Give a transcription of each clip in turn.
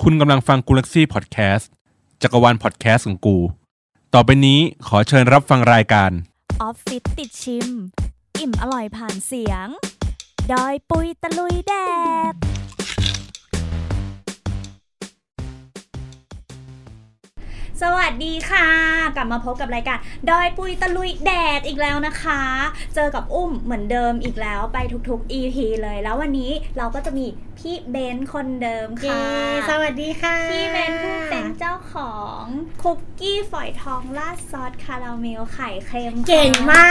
คุณกำลังฟังกูลักซี่พอดแคสต์จักรวาลพอดแคสต์ของกู ต่อไปนี้ขอเชิญรับฟังรายการ ออฟฟิศติดชิม อิ่มอร่อยผ่านเสียง ดอยปุยตะลุยแดด สวัสดีค่ะ กลับมาพบกับรายการดอยปุยตะลุยแดดอีกแล้วนะคะ เจอกับอุ้มเหมือนเดิมอีกแล้วไปทุกๆ EP เลยแล้ววันนี้เราก็จะมีพี่เบนซ์คนเดิมค่ะ สวัสดีค่ะ พี่เบนผู้เป็นเจ้าของคุกกี้ฝอยทองราดซอสคาราเมลไข่เค็มค่ะ เก่งมา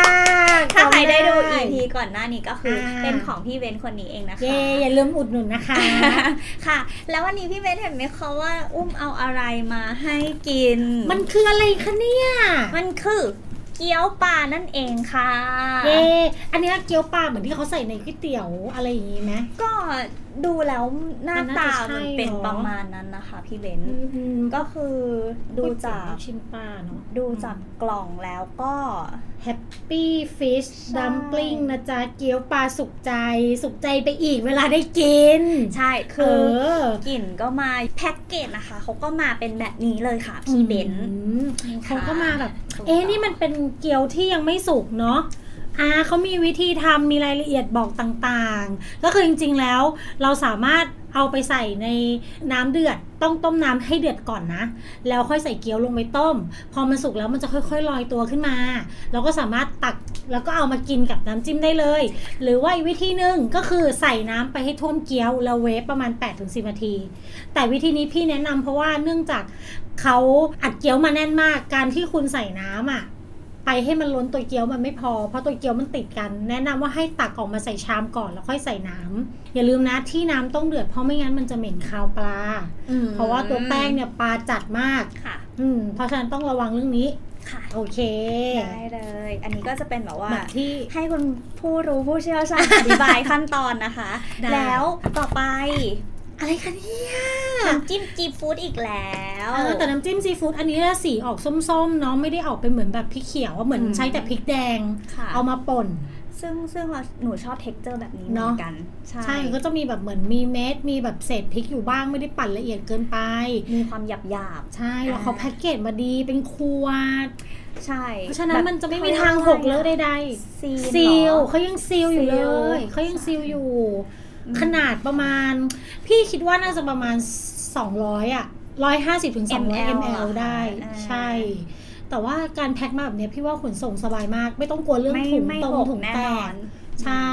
ก ถ้าใครได้ดู EP ก่อนหน้านี้ก็คืออา เป็นของพี่เบนคนนี้เองนะคะ เย่อย่าลืมอุดหนุนนะคะ ค่ะ แล้ววันนี้พี่เบนเห็นไหมคะว่าอุ้มเอาอะไรมาให้กิน มันคืออะไรคะเนี่ย มันคือเกี๊ยวปลานั่นเองค่ะ เย่อันเนี้ยเกี๊ยวปลาเหมือนที่เขาใส่ในก๋วยเตี๋ยวอะไรอย่างงี้ไหม ก็ดูแล้วหน้า มัน ตา น่าจะใช่ มันเป็น เนอะ ประมาณนั้นนะคะพี่เบน อืม ก็คือดูจาก ก๋วยเตี๋ยวลูชิ้นปลาเนาะ ดูจากกล่องแล้วก็ แฮปปี้ฟิช ใช่ ดัม l ลิงนะจ๊ะ เกี๊ยวปลาสุขใจ สุขใจไปอีกเวลาได้กิน ใช่ เอ คือ อก ลิ่นก็มาแพ็กเกจนะคะ เขาก็มาเป็นแบบนี้เลยค่ะ พี่เบนซ์ อืม นี่ค่ะ เขาก็มาแบบ ถูก เอ๊ะ ต้ง นี่มันเป็นเกี๊ยวที่ยังไม่สุกเนาะอ่าเขามีวิธีทำมีรายละเอียดบอกต่างๆ ก็คือจริงๆแล้ว เราสามารถเอาไปใส่ในน้ำเดือด ต้องต้มน้ำให้เดือดก่อนนะ แล้วค่อยใส่เกี๊ยวลงไปต้ม พอมันสุกแล้วมันจะค่อยๆลอยตัวขึ้นมา เราก็สามารถตักแล้วก็เอามากินกับน้ำจิ้มได้เลย หรือว่าอีกวิธีหนึ่งก็คือใส่น้ำไปให้ท่วมเกี๊ยวแล้วเวฟประมาณ 8-10นาที แต่วิธีนี้พี่แนะนำเพราะว่าเนื่องจากเขาอัดเกี๊ยวมาแน่นมาก การที่คุณใส่น้ำอ่ะ ไปให้มันล้นตัวเกี๊ยวมันไม่พอ เพราะตัวเกี๊ยวมันติดกัน แนะนำว่าให้ตักออกมาใส่ชามก่อนแล้วค่อยใส่น้ำอย่าลืมนะที่น้ำต้องเดือดเพราะไม่งั้นมันจะเหม็นคาวปลา อืม เพราะว่าตัวแป้งเนี่ยปลาจัดมาก ค่ะ อืม เพราะฉะนั้นต้องระวังเรื่องนี้ ค่ะ โอเค ได้เลย อันนี้ก็จะเป็นแบบว่า แบบที่ ให้คุณผู้รู้ผู้เชี่ยว ชาญ อธิบายขั้นตอนนะคะ ได้ แล้วต่อไป อะไรคะเนี่ย น้ำจิ้มจีฟู้ดอีกแล้ว เออแต่น้ำจิ้มซีฟู้ดอันนี้สีออกส้มๆเนาะไม่ได้ออกเป็นเหมือนแบบพริกเขียวว่าเหมือนใช้แต่พริกแดง ค่ะ เอามาป่น ซึ่งซึ่งเราหนูชอบเท็กเจอร์แบบนี้เหมื เน อ อะ นกัน ใช่ ใช่ก็จะมีแบบเหมือนมีเม็ด มีแบบเศษพริกอยู่บ้างไม่ได้ปั่นละเอียดเกินไป มีความหยาบหยาบ ใช่แล้วเขาแพ็กเกจมาดีเป็นขวด ๆใช่ เพราะฉะนั้ แบ น บ มันจะไม่มีทางหกเลอะใด ซีนเหรอ ๆซีลเขายังซีลอยู่เล ซี ย ล เขายังซีลอยู่ ขนาดประมาณ พี่คิดว่าน่าจะประมาณ 200 อ่ะ 150ถึง ML 200 เหร ml อคะ ได้ อ่า ใช่ แต่ว่าการแพ็คมาแบบเนี้ยพี่ว่าขนส่งสบายมาก ไม่ต้องกลัวเรื่อง ไม่ ถุง ไม่ ตรง หก ถุง แน่ แต นอก น ใช่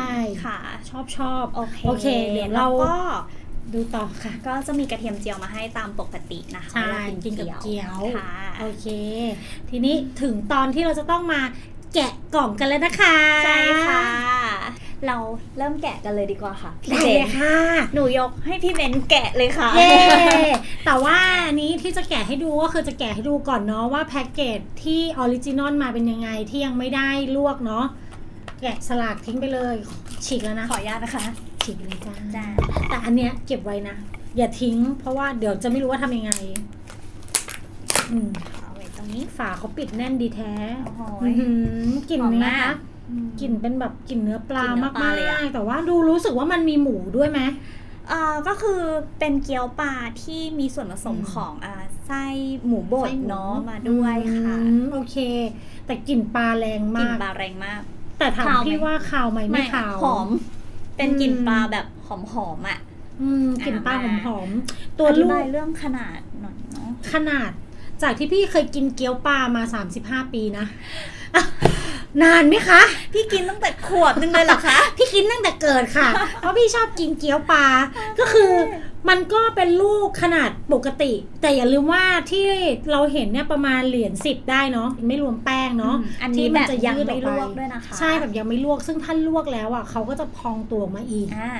ค่ะ ชอบชอบ โอเค โอเคเดี๋ยวเรา แล้วก็ ดูต่อค่ะ ก็จะมีกระเทียมเจียวมาให้ตามปกตินะคะ ใช่ เวลา กินกับเกี๊ยว ค่ะ โอเค ทีนี้ถึงตอนที่เราจะต้องมาแกะกล่องกันแล้วนะคะ ใช่ค่ะ เราเริ่มแกะกันเลยดีกว่าค่ะ พี่ ได้ เบ เล น ยค่ะ หนูยกให้พี่เบนแกะเลยค่ะ เย้แต่ว่าอันนี้ที่จะแกะให้ดูก็คือจะแกะให้ดูก่อนเนาะว่าแพ็กเกจที่ออริจินอลมาเป็นยังไงที่ยังไม่ได้ลวกเนาะแกะสลากทิ้งไปเลย ฉีกแล้วนะ ขออนุญาตนะคะ ฉีกไปเลยจ้า จ้า แต่อันเนี้ยเก็บไว้นะ อย่าทิ้ง เพราะว่าเดี๋ยวจะไม่รู้ว่าทำยังไง อืม เอาไว้ตรงนี้ ฝาเขาปิดแน่นดีแท้ โอ้โห อื้อหือกลิ่น หอม เนี้ มาย ก กลิ่นเป็นแบบกลิ่นเนื้อปลาก ลิ่นเนื้อปลา มา เลยอะ กๆแต่ว่าดูรู้สึกว่ามันมีหมูด้วยไหม เอ่อก็คือเป็นเกี๊ยวปลาที่มีส่วนผสม อืม ของอ่าไส้หมูบด ไส้หมู เนาะมาด้วยค่ะ อืมโอเค แต่กลิ่นปลาแรง กลิ่น มาก ปลาแรงมาก แต่ถาม ขาวไหม พี่ว่าขาวไหมไม่ขาว หอม เป็นกลิ่น อืม ปลาแบบหอมหอมๆอ่ะ อืมกลิ่นปลาห อ่า อมๆ ตัวอลูธิบาก ยเรื่องขนาดหน่อยเนาะ ขนาด จากที่พี่เคยกินเกี๊ยวปลามา 35 ปีนะ อ่ะนานไหมคะ พี่กินตั้งแต่ขวบนึงเลยเหรอคะ พี่กินตั้งแต่เกิด ค่ะ เพราะพี่ชอบกินเกี๊ยวปลา ก็คือมันก็เป็นลูกขนาดปกติ แต่อย่าลืมว่าที่เราเห็นเนี่ยประมาณเหรียญสิบได้เนาะไม่รวมแป้งเนาะ อืมอันนี้ ที่ แบบยังไม่ลวกด้วยนะคะ ใช่แบบยังไม่ลวกซึ่งท่านลวกแล้วอ่ะเขาก็จะพองตัวออกมาอีก อ่า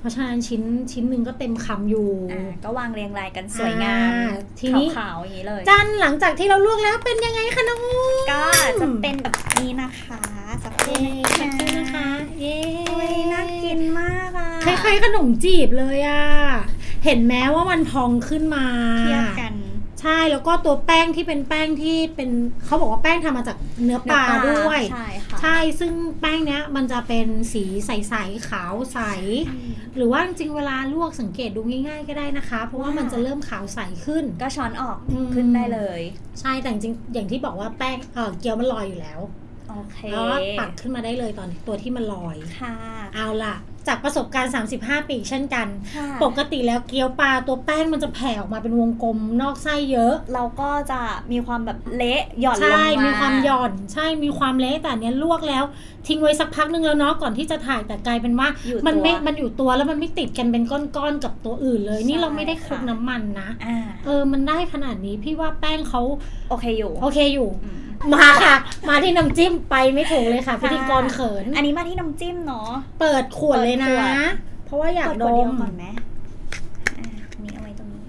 เพราะฉะนั้นชิ้นชิ้นหนึ่งก็เต็มคำอยู่ อ่าก็วางเรียงรายกันสวยงาม อ่าทีนี้ ขาวๆอย่างนี้เลย จันหลังจากที่เราลวกแล้วเป็นยังไงคะน้องอุ้ม ก็จะเป็นแบบนี้นะคะสักค เย้ รู่ ขอบคุณนะคะเย้ โอ้ยน่ากินมากอ่ะ คล้ายๆขนมจีบเลยอ่ะ เห็นแม้ว่ามันพองขึ้นมา เทียบกัน ใช่แล้วก็ตัวแป้งที่เป็นแป้งที่เป็นเขาบอกว่าแป้งทำมาจากเนื้อปลาด้วย ใช่ค่ะ ใช่ซึ่งแป้งเนี้ยมันจะเป็นสีใสๆขาวใส อืม หรือว่าจริงๆเวลาลวกสังเกตดูง่ายๆก็ได้นะคะ เพราะว่า ว้าว มันจะเริ่มขาวใสขึ้น ก็ช้อนออก อืม ขึ้นได้เลย ใช่แต่จริงๆอย่างที่บอกว่าแป้งเออเกี๊ยวมันลอยอยู่แล้ว โอเค แล้วก็ตักขึ้นมาได้เลยตอนตัวที่มันลอย ค่ะ เอาล่ะ จากประสบการณ์ 35 ปีเช่นกัน ค่ะ ปกติแล้วเกี๊ยวปลาตัวแป้งมันจะแผ่ออกมาเป็นวงกลมนอกไส้เยอะ เราก็จะมีความแบบเละหย่อนลง ใช่ มา มี มี ความหย่อน ใช่ มีความเละ แต่อันเนี้ยลวกแล้ว ทิ้งไว้สักพักนึงแล้วเนาะ ก่อนที่จะถ่าย แต่กลายเป็นว่า มันไม่ มันอยู่ตัวแล้วมันไม่ติดกันเป็นก้อนๆกับตัวอื่นเลย นี่เราไม่ได้คลุกน้ำมันนะ อ่า เออ มันได้ขนาดนี้พี่ว่าแป้งเขา โอเคอยู่ โอเคอยู่ อืม มาค่ะ มาที่น้ำจิ้มไปไม่ถูกเลยค่ะ พิธีกรเขิน อันนี้มาที่น้ำจิ้มเนาะ เปิดขวดเลยนะ เปิดขวด เพราะว่าอยาก เปิ ด ขวเยว ม ก่อนไหมอ่ะอันนี้เอาไว้ตรงนี้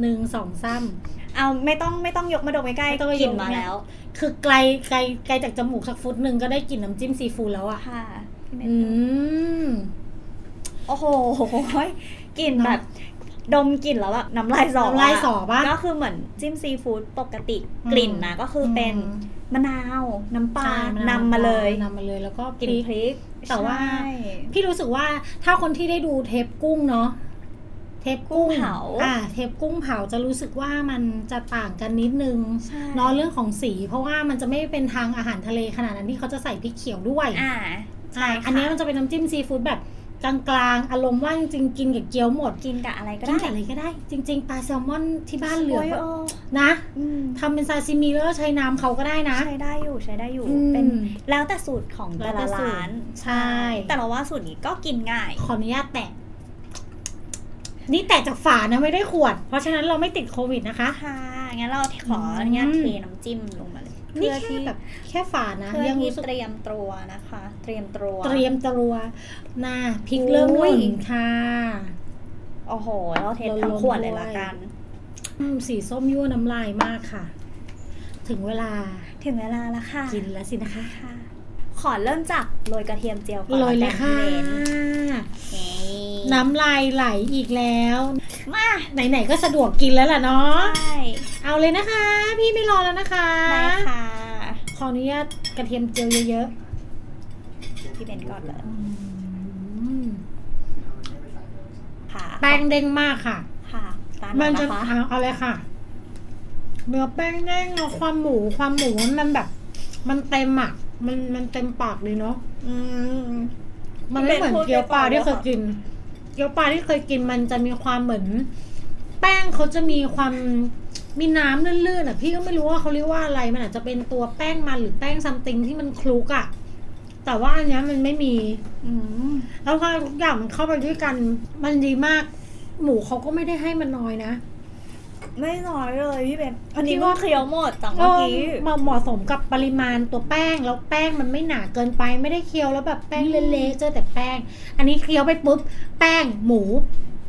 หนึ่งสองสาม เอาไม่ต้องไม่ต้องยกมาดมใกล้ ไม่ต้องไป ๆ ยก กลิ่นมา เนี่ย แล้ว คือไกลไกลไกลจากจมูกสักฟุตหนึ่งก็ได้กลิ่นน้ำจิ้มซีฟู้ดแล้วอะ ค่ะพี่เมย์ อืม โอ้โหกลิ่นแบบ ดมกลิ่นแล้วแบบน้ำลายสอ น้ำลายสอปะ ก็คือเหมือนจิ้มซีฟู้ดปกติกลิ่นนะก็คือเป็นมะนาวน้ำปลา ใช่ะวน ำมาเลย นำมาเลยแล้วก็ กลิ่นพ พริริกก แต่ว่า ใช่ พี่รู้สึกว่าถ้าคนที่ได้ดูเทปกุ้งเนาะเทปกุ้ง กุ้งเผา อ่า เทปกุ้งเผาจะรู้สึกว่ามันจะต่างกันนิดนึง ใช่ เนาะเรื่องของสี เพราะว่ามันจะไม่เป็นทางอาหารทะเลขนาดนั้นที่เขาจะใส่พริกเขียวด้วย อ่า อ่า ใช่ค่ะ อันเนี้ยมันจะเป็นน้ำจิ้มซีฟู้ดแบบกลางๆอารมณ์ว่าจริงๆกินกับเกี๊ยวหมด กินกับอะไรก็ กิน ได้ กับอะไรก็ได้ จริง ๆ ปลาแซลมอนที่บ้านเหลือ โย แบบ โอ้ นะ อืม ทำเป็นซาซิมิแล้วก็ใช้น้ำเขาก็ได้นะ ใช้ได้อยู่ใช้ได้อยู่ อืม เป็น แล้วแต่สูตรของแต่ละ แล้วแต่สูตร ร้าน ใช่ แต่เราว่าสูตรนี้ก็กินง่าย ขออนุญาตแตะ นี่แตะจากฝานะไม่ได้ขวด เพราะฉะนั้นเราไม่ติดโควิดนะคะ ค่ะ งั้นเราขออนุญาตเทน้ำจิ้มลงมาเลย นี่ เพื่อ แค่ ที่ แบบแค่ฝานะ เพื่อ ยัง ที่ รู้สึก เตรียมตัวนะคะ เตรียมตัว เตรียมตรัวน่าพริกเริ่มหล่น อุ้ย ค่ะ โอ้โห เราเททั้งขวดเลยละกัน อืมสีส้มยั่วน้ำลายมากค่ะ ถึงเวลา ถึงเวลาแล้วค่ะ กินแล้วสินะคะ ค่ะ ขอเริ่มจากโรยกระเทียมเจียวก่อน โรยเลยค่ะ น้ น้ำลายไหลอีกแล้ว ำมา ไหนๆก็สะดวกกินแล้วล่ะเนาะ ใช่ เอาเลยนะคะ พี่ไม่รอแล้วนะคะ ได้ค่ะ ขออนุญาตกระเทียมเจียวเยอะๆ พี่เบนก่อนเลยค่ะ แป้งเด้งมากค่ะ ค่ะตาม มัน น จะ นะคะ เอาเอาเลยค่ะ เนื้อแป้งเด้งเนาะความหมูความหมูมันแบบ มันเต็มอ่ะ มันมันเต็มปากเลยเนาะ อืม มันไม่เหมือนเกี๊ยวปลาที่เคยกิน เกี๊ยวปลาที่เคยกินมันจะมีความเหมือน แป้งเขาจะมีความมีน้ำลื่นๆอ่ะ พี่ก็ไม่รู้ว่าเขาเรียกว่าอะไร มันอาจจะเป็นตัวแป้งมันหรือแป้งซัมติงที่มันคลุกอ่ะ แต่ว่าอันเนี้ยมันไม่มี อืม แล้วพอทุกอย่างมันเข้าไปด้วยกัน มันดีมาก หมูเขาก็ไม่ได้ให้มันน้อยนะ ไม่น้อยเลยพี่เบนอัน คิ นี้ ด ก็ ว่า เคี้ยวหมดจาก เอ เมื่อ อ กี้ มาเหมาะสมกับปริมาณตัวแป้ง แล้วแป้งมันไม่หนาเกินไป ไม่ได้เคี้ยวแล้วแบบแป้ง อืม เละๆเจอแต่แป้ง อันนี้เคี้ยวไปปุ๊บ แป้งหมู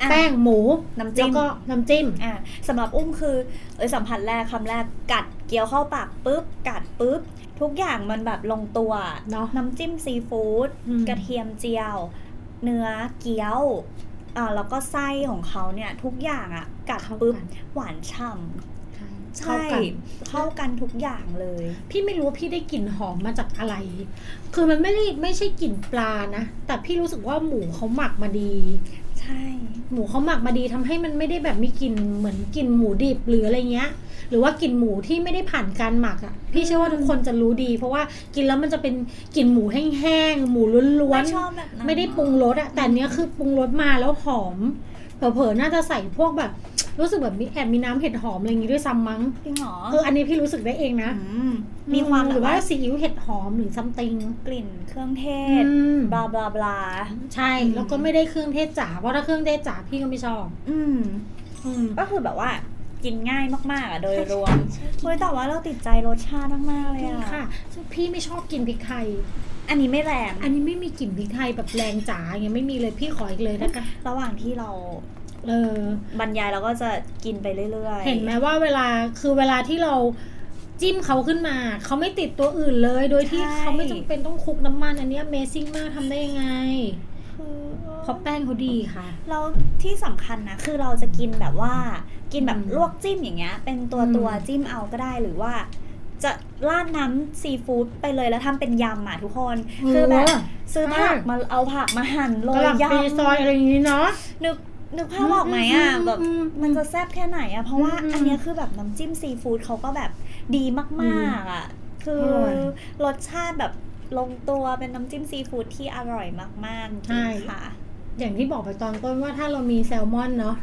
อ่ะ แป้งหมู น้ำ แล้ จิ้ ว ม ก็น้ำจิ้ม อ่ะสำหรับอุ้มคือเอยสัมผัสแรกคำแรกกัดเกี๊ยวเข้าปากปุ๊บ กัดปุ๊บ ทุกอย่างมันแบบลงตัว เนอะ น้ำจิ้มซีฟู้ด อืม กระเทียมเจียว เนื้อเกี๊ยวอ่าแล้วก็ไส้ของเขาเนี่ย ทุกอย่างอ่ะ กัด เข้า ปุ๊บ กัน หวานฉ่ำ เข้า ใช่ กัน เข้ากันทุกอย่างเลย พี่ไม่รู้ว่าพี่ได้กลิ่นหอมมาจากอะไร คือมันไม่ได้ไม่ใช่กลิ่นปลานะ แต่พี่รู้สึกว่าหมูเขาหมักมาดี ใช่ หมูเขาหมักมาดีทำให้มันไม่ได้แบบมีกลิ่นเหมือนกลิ่นหมูดิบหรืออะไรเงี้ย หรือว่ากลิ่นหมูที่ไม่ได้ผ่านการหมักอ่ะพี่เชื่อว่าทุกคนจะรู้ดี เพราะว่ากินแล้วมันจะเป็นกลิ่นหมูแห้งๆหมูล้วน ไม่ชอบแบบนั้น ๆไม่ได้ปรุงรสอ่ะแต่อันเนี้ยคือปรุงรสมาแล้วหอมเผลอๆน่าจะใส่พวกแบบ รู้สึกแบบมีแอบมีน้ำเห็ดหอมอะไรอย่างงี้ด้วยซ้ำมั้ง จริงเหรอ เอออันนี้พี่รู้สึกได้เองนะ มมีความ ห แบ รื บ อว่า ว่า ซีอิ๊วเห็ดหอมหรือซัมติง กลิ่นเครื่องเท อ ศ ืม บลาบลาบลา ใช่แล้วก็ไม่ได้เครื่องเทศจ๋าเพราะถ้าเครื่องเทศจ๋าพี่ก็ไม่ชอบ อืม อืม ก็คือแบบว่ากินง่ายมาก ๆ อ่ะ โดยรวมเฮ้ยแต่ว่าเราติดใจรสชาติมาก ๆ เลยอ่ะ ค่ะซึ่งพี่ไม่ชอบกินพริกไทย อันนี้ไม่แรง อันนี้ไม่มีกลิ่นพริกไทยแบบแรงจ๋าอย่างเงยไม่มีเลยพี่ขออีกเลยนะคะ ระหว่างที่เรา เออบ รรยายเราก็จะกินไปเรื่อยๆ เห็นไหมว่าเวลาคือเวลาที่เราจิ้มเขาขึ้นมา เขาไม่ติดตัวอื่นเลย โดยที่เขาไม่จำเป็นต้องคลุกน้ำมัน อันเนี้ Amazing มากทำได้ยังไง คือ เพราะแป้งเขาดีค่ะ เราที่สำคัญนะ คือเราจะกินแบบว่า กินแบบ อืม ลวกจิ้มอย่างเงี้ย เป็นตัว อืม ตัวจิ้มเอาก็ได้หรือว่า จะราดน้ำซีฟู้ดไปเลยแล้วทำเป็นยำอ่ะทุกคน คือแบบซื้อผักมาเอาผักมาหั่นโร กระ ย หล่ำปี ยำ ซอยอะไรอย่างนี้เนาะ นึกนึกภาพออกไหมอ่ะ อืม แบบ อืม มันจะแซ่บแค่ไหนอ่ะเพราะว่า อืม อันเนี้ยคือแบบน้ำจิ้มซีฟู้ดเขาก็แบบดีมากๆอ่ะ คือ ร่อย รสชาติแบบลงตัวเป็นน้ำจิ้มซีฟู้ดที่อร่อยมากๆจ ใช่ ริงค่ะ อย่างที่บอกไปตอนต้นว่าถ้าเรามีแซลมอนเนาะ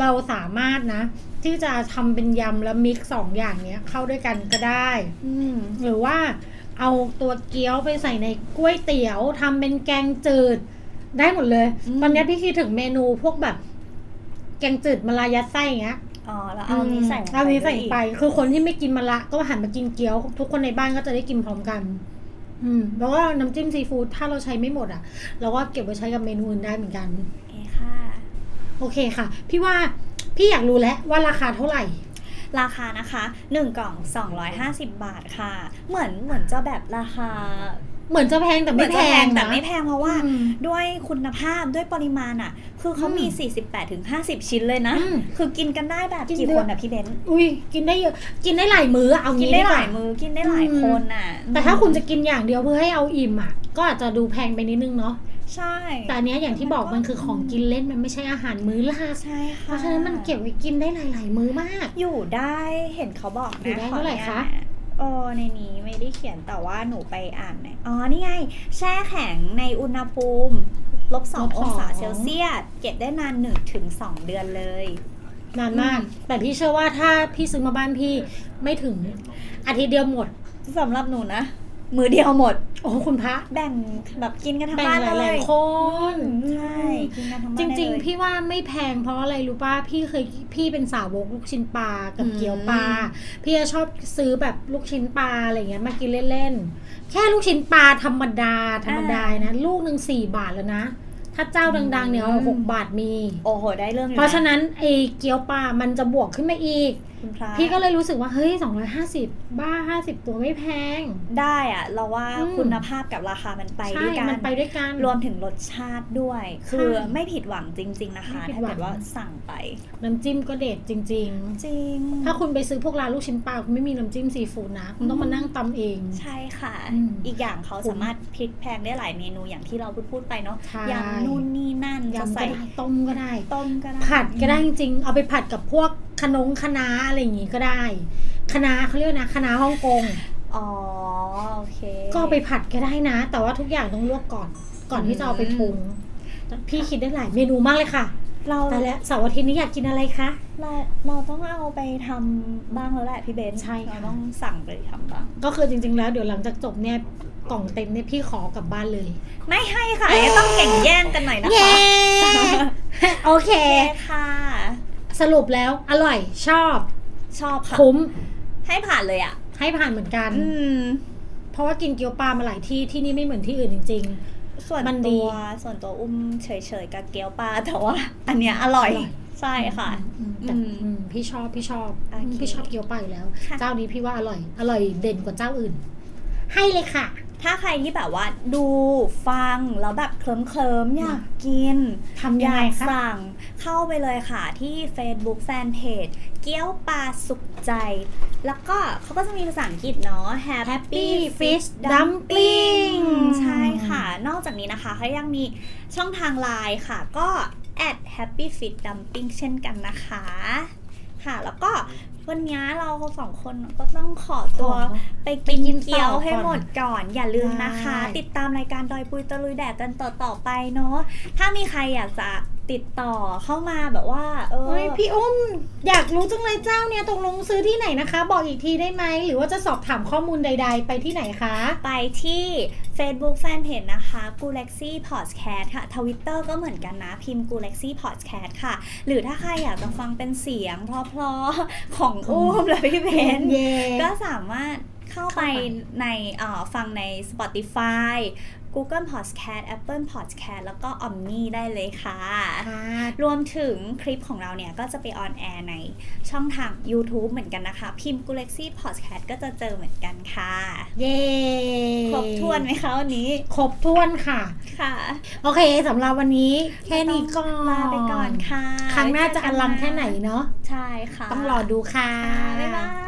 เราสามารถนะ ที่จะทำเป็นยำแล้วมิกซ์สองอย่างเนี้ยเข้าด้วยกันก็ได้ อืม หรือว่าเอาตัวเกี๊ยวไปใส่ในก๋วยเตี๋ยวทำเป็นแกงจืด ได้หมดเลย ตอนเนี้ยพี่คิดถึงเมนูพวกแบบ แกงจืดมะลายัดไส้อย่างเงี้ย อ๋อแล้วเอานี้ใส่ลง เอานี้ใส่ ด้วยก ไป คือคนที่ไม่กินมะละก็หันมากินเกี๊ยว ทุกคนในบ้านก็จะได้กินพร้อมกัน อืม แล้วก็น้ำจิ้มซีฟู้ดถ้าเราใช้ไม่หมดอ่ะเราก็เก็บไว้ใช้กับเมนูอื่นได้เหมือนกัน โอเคค่ะ โอเคค่ะ พี่ว่าพี่อยากรู้แล้วว่าราคาเท่าไหร่ ราคานะคะ 1 กล่อง 250 บาทค่ะ เหมือนเหมือนจะแบบราคา เหมือนจะแพงแต่ เหมื ไม่ อน แพ จะแพ ง งแต่ นะ ไม่แพงเพราะว่า อืม ด้วยคุณภาพด้วยปริมาณอ่ะ คือเขามี อืม 48-50 ชิ้นเลยนะ อืม คือกินกันได้แบบ กิน กี่ เดื ค อน นอ่ะพี่เบนซ์ อุ้ยกินได้เยอะกินได้หลายมื้อเอา กิน งี้ ได้ ก ห ว่า ลายมือกินได้หลาย อืม คนอ่ะ แต่ถ้าคุณจะกินอย่างเดียวเพื่อให้เอาอิ่มอ่ะ ก็อาจจะดูแพงไปนิดนึงเนาะ ใช่ แต่อันเนี้ยอย่างที่บอกมันคือของกินเล่นมันไม่ใช่อาหารมื้อหลัก ใช่ เพ ค่ะ ราะฉะนั้นมันเก็บไว้กินได้หลาย ๆ มื้อมาก อยู่ได้เห็นเขาบอกนะ อยู่ได้ ข เท่าไหร่ นี่ คะ โอ้ในนี้ไม่ได้เขียนแต่ว่าหนูไปอ่านในอ๋อนี่ไง แช่แข็งในอุณหภูมิลบสององศาเซลเซียสเก็บได้นานหนึ่งถึงสองเดือนเลย นานมาก แต่พี่เชื่อว่าถ้าพี่ซื้อมาบ้านพี่ไม่ถึงอาทิตย์เดียวหมด สำหรับหนูนะ มือเดียวหมด โอ้คุณพระ แบ่งแบบกินกันทั้ง แบ่ง บ้าน ห เล ลาย ย ๆคน ใช่กินกันทั้งบ้าน จริง ได้เลย ๆ พี่ว่าไม่แพงเพราะอะไรรู้ป่ะพี่เคยพี่เป็นสาวกลูกชิ้นปลากับ อืม เกี๊ยวปลาพี่จะชอบซื้อแบบลูกชิ้นปลาอะไรเงี้ยมากินเล่นๆแค่ลูกชิ้นปลาธรรมดาธรรมดานะลูกหนึ่งสี่บาทแล้วนะ ถ้าเจ้าดังๆเนี่ยเอาหกบาทมี โอ้โห ได้เรื่องอยู่ เพราะฉะนั้นไอ้เกี๊ยวปลามันจะบวกขึ้นมาอีก คุณพระ พี่ก็เลยรู้สึกว่าเฮ้ย250บ้า50 ตัวไม่แพง ได้อะเราว่า อืม คุณภาพกับราคามันไป ใช่ ด้วยกัน มันไปด้วยกัน รวมถึงรสชาติด้วย คือไม่ผิดหวังจริง ๆ นะคะ ไม่ผิด ถ้า หวัง เกิดว่าสั่งไป น้ำจิ้มก็เด็ดจริง จริง ๆ ถ้าคุณไปซื้อพวกร้านลูกชิ้นปลาคุณไม่มีน้ำจิ้มซีฟู้ดนะ คุณต้องมานั่งตำเอง ใช่ค่ะ อืม อีกอย่างเขาสามารถพลิกแพลงได้หลายเมนูอย่างที่เราพูดๆไปเนาะ ใช่ ยำนู่นนี่นั่นจะ ยำก็ ใส่ ได้ต้มก็ได้ ต้มก็ได้ ผัดก็ได้จริงๆ เอาไปผัดกับพวกขนงคะน้าอะไรอย่างงี้ก็ได้คะน้าเขาเรียกว่านะคะน้าฮ่องกง อ๋อโอเค ก็เอาไปผัดก็ได้นะ แต่ว่าทุกอย่างต้องลวกก่อน ก่อนที่จะเอาไปปรุง พี่คิดได้หลายเมนูมากเลยค่ะ เรา แต่แล้วเสาร์อาทิตย์นี้อยากกินอะไรคะ เราเราต้องเอาไปทำบ้างแล้วแหละพี่เบนซ์ ใช่ค่ะ เราต้องสั่งไปทำบ้าง ก็คือจริง ๆ แล้วเดี๋ยวหลังจากจบเนี่ยกล่องเต็มเนี่ยพี่ขอกลับบ้านเลย ไม่ให้ค่ะยังต้องแข่งแย่งกันหน่อยนะคะ เย้ โอเค โอเคค่ะ สรุปแล้วอร่อยชอบ ชอบค่ะ คุ้ม ให้ผ่านเลยอ่ะ ให้ผ่านเหมือนกัน อืม เพราะว่ากินเกี๊ยวปลามาหลายที่ที่นี่ไม่เหมือนที่อื่นจริง ส่วน มันดี ตัวส่วนตัวอุ้มเฉยๆกับเกี๊ยวปลาแต่ว่า อันเนี้ยอร่อย อร่อย ใช่ ๆ ค่ะ อืมแต่ อืม อืมพี่ชอบพี่ชอบ โอเค พี่ชอบเกี๊ยวปลาอยู่แล้ว ค่ะ เจ้านี้พี่ว่าอร่อย อร่อยเด่นกว่าเจ้าอื่น ให้เลยค่ะ ถ้าใครที่แบบว่าดูฟัง แล้วแบบเคลิ้มๆอยากกิน ทำ อ ยัง ยา ไง ก คะ สั่งเข้าไปเลยค่ะที่ Facebook Fanpage เกี๊ยวปลาสุขใจ แล้วก็เขาก็จะมีภาษาอังกฤษเนาะ Happy Fish Dumpling ใช่ค่ะ นอกจากนี้นะคะเขายังมีช่องทางไลน์ค่ะ ก็ at happy fit dumpling เช่นกันนะคะ ค่ะ แล้วก็วันนี้เราสองคนก็ต้องขอตัว ขอ ไปกิน ไปกินต่อ เกี๊ยวให้หมดก่อน อย่าลืมนะคะ ได้ ติดตามรายการดอยปุยตะลุยแดดกันต่อๆไปเนาะถ้ามีใครอยากจะติดต่อเข้ามาแบบว่า เออ เฮ้ยพี่อุ้มอยากรู้จังเลยเจ้าเนี่ยตกลงซื้อที่ไหนนะคะ บอกอีกทีได้ไหม หรือว่าจะสอบถามข้อมูลใด ๆ ไปที่ไหนคะ ไปที่ Facebook Fanpage นะคะ g u l a x y Podcast ค่ะ Twitter ก็เหมือนกันนะ พิมพ์ g u l a x y Podcast ค่ะ หรือถ้าใครอยากจะฟังเป็นเสียงเพราะๆของอุ้มและพี่เบน เย่ ก็สามารถเข้าไปในเอ่อฟังใน Spotify Google Podcast Apple Podcast แล้วก็ Omni ได้เลยค่ะ ค่ะ รวมถึงคลิปของเราเนี่ยก็จะไปออนแอร์ในช่องทาง YouTube เหมือนกันนะคะ พิมพ์ g u l a x y Podcast ก็จะเจอเหมือนกันค่ะ เย่ ครบถ้วนไหมคะวันนี้ ครบถ้วนค่ะ ค่ะ โอเคสำหรับวันนี้แค่นี้ก่อน ลาไปก่อนค่ะ ครั้งหน้าจะอลังแค่ไหนเนาะ ใช่ค่ะ ต้องรอดูค่ะ ค่ะบ๊ายบาย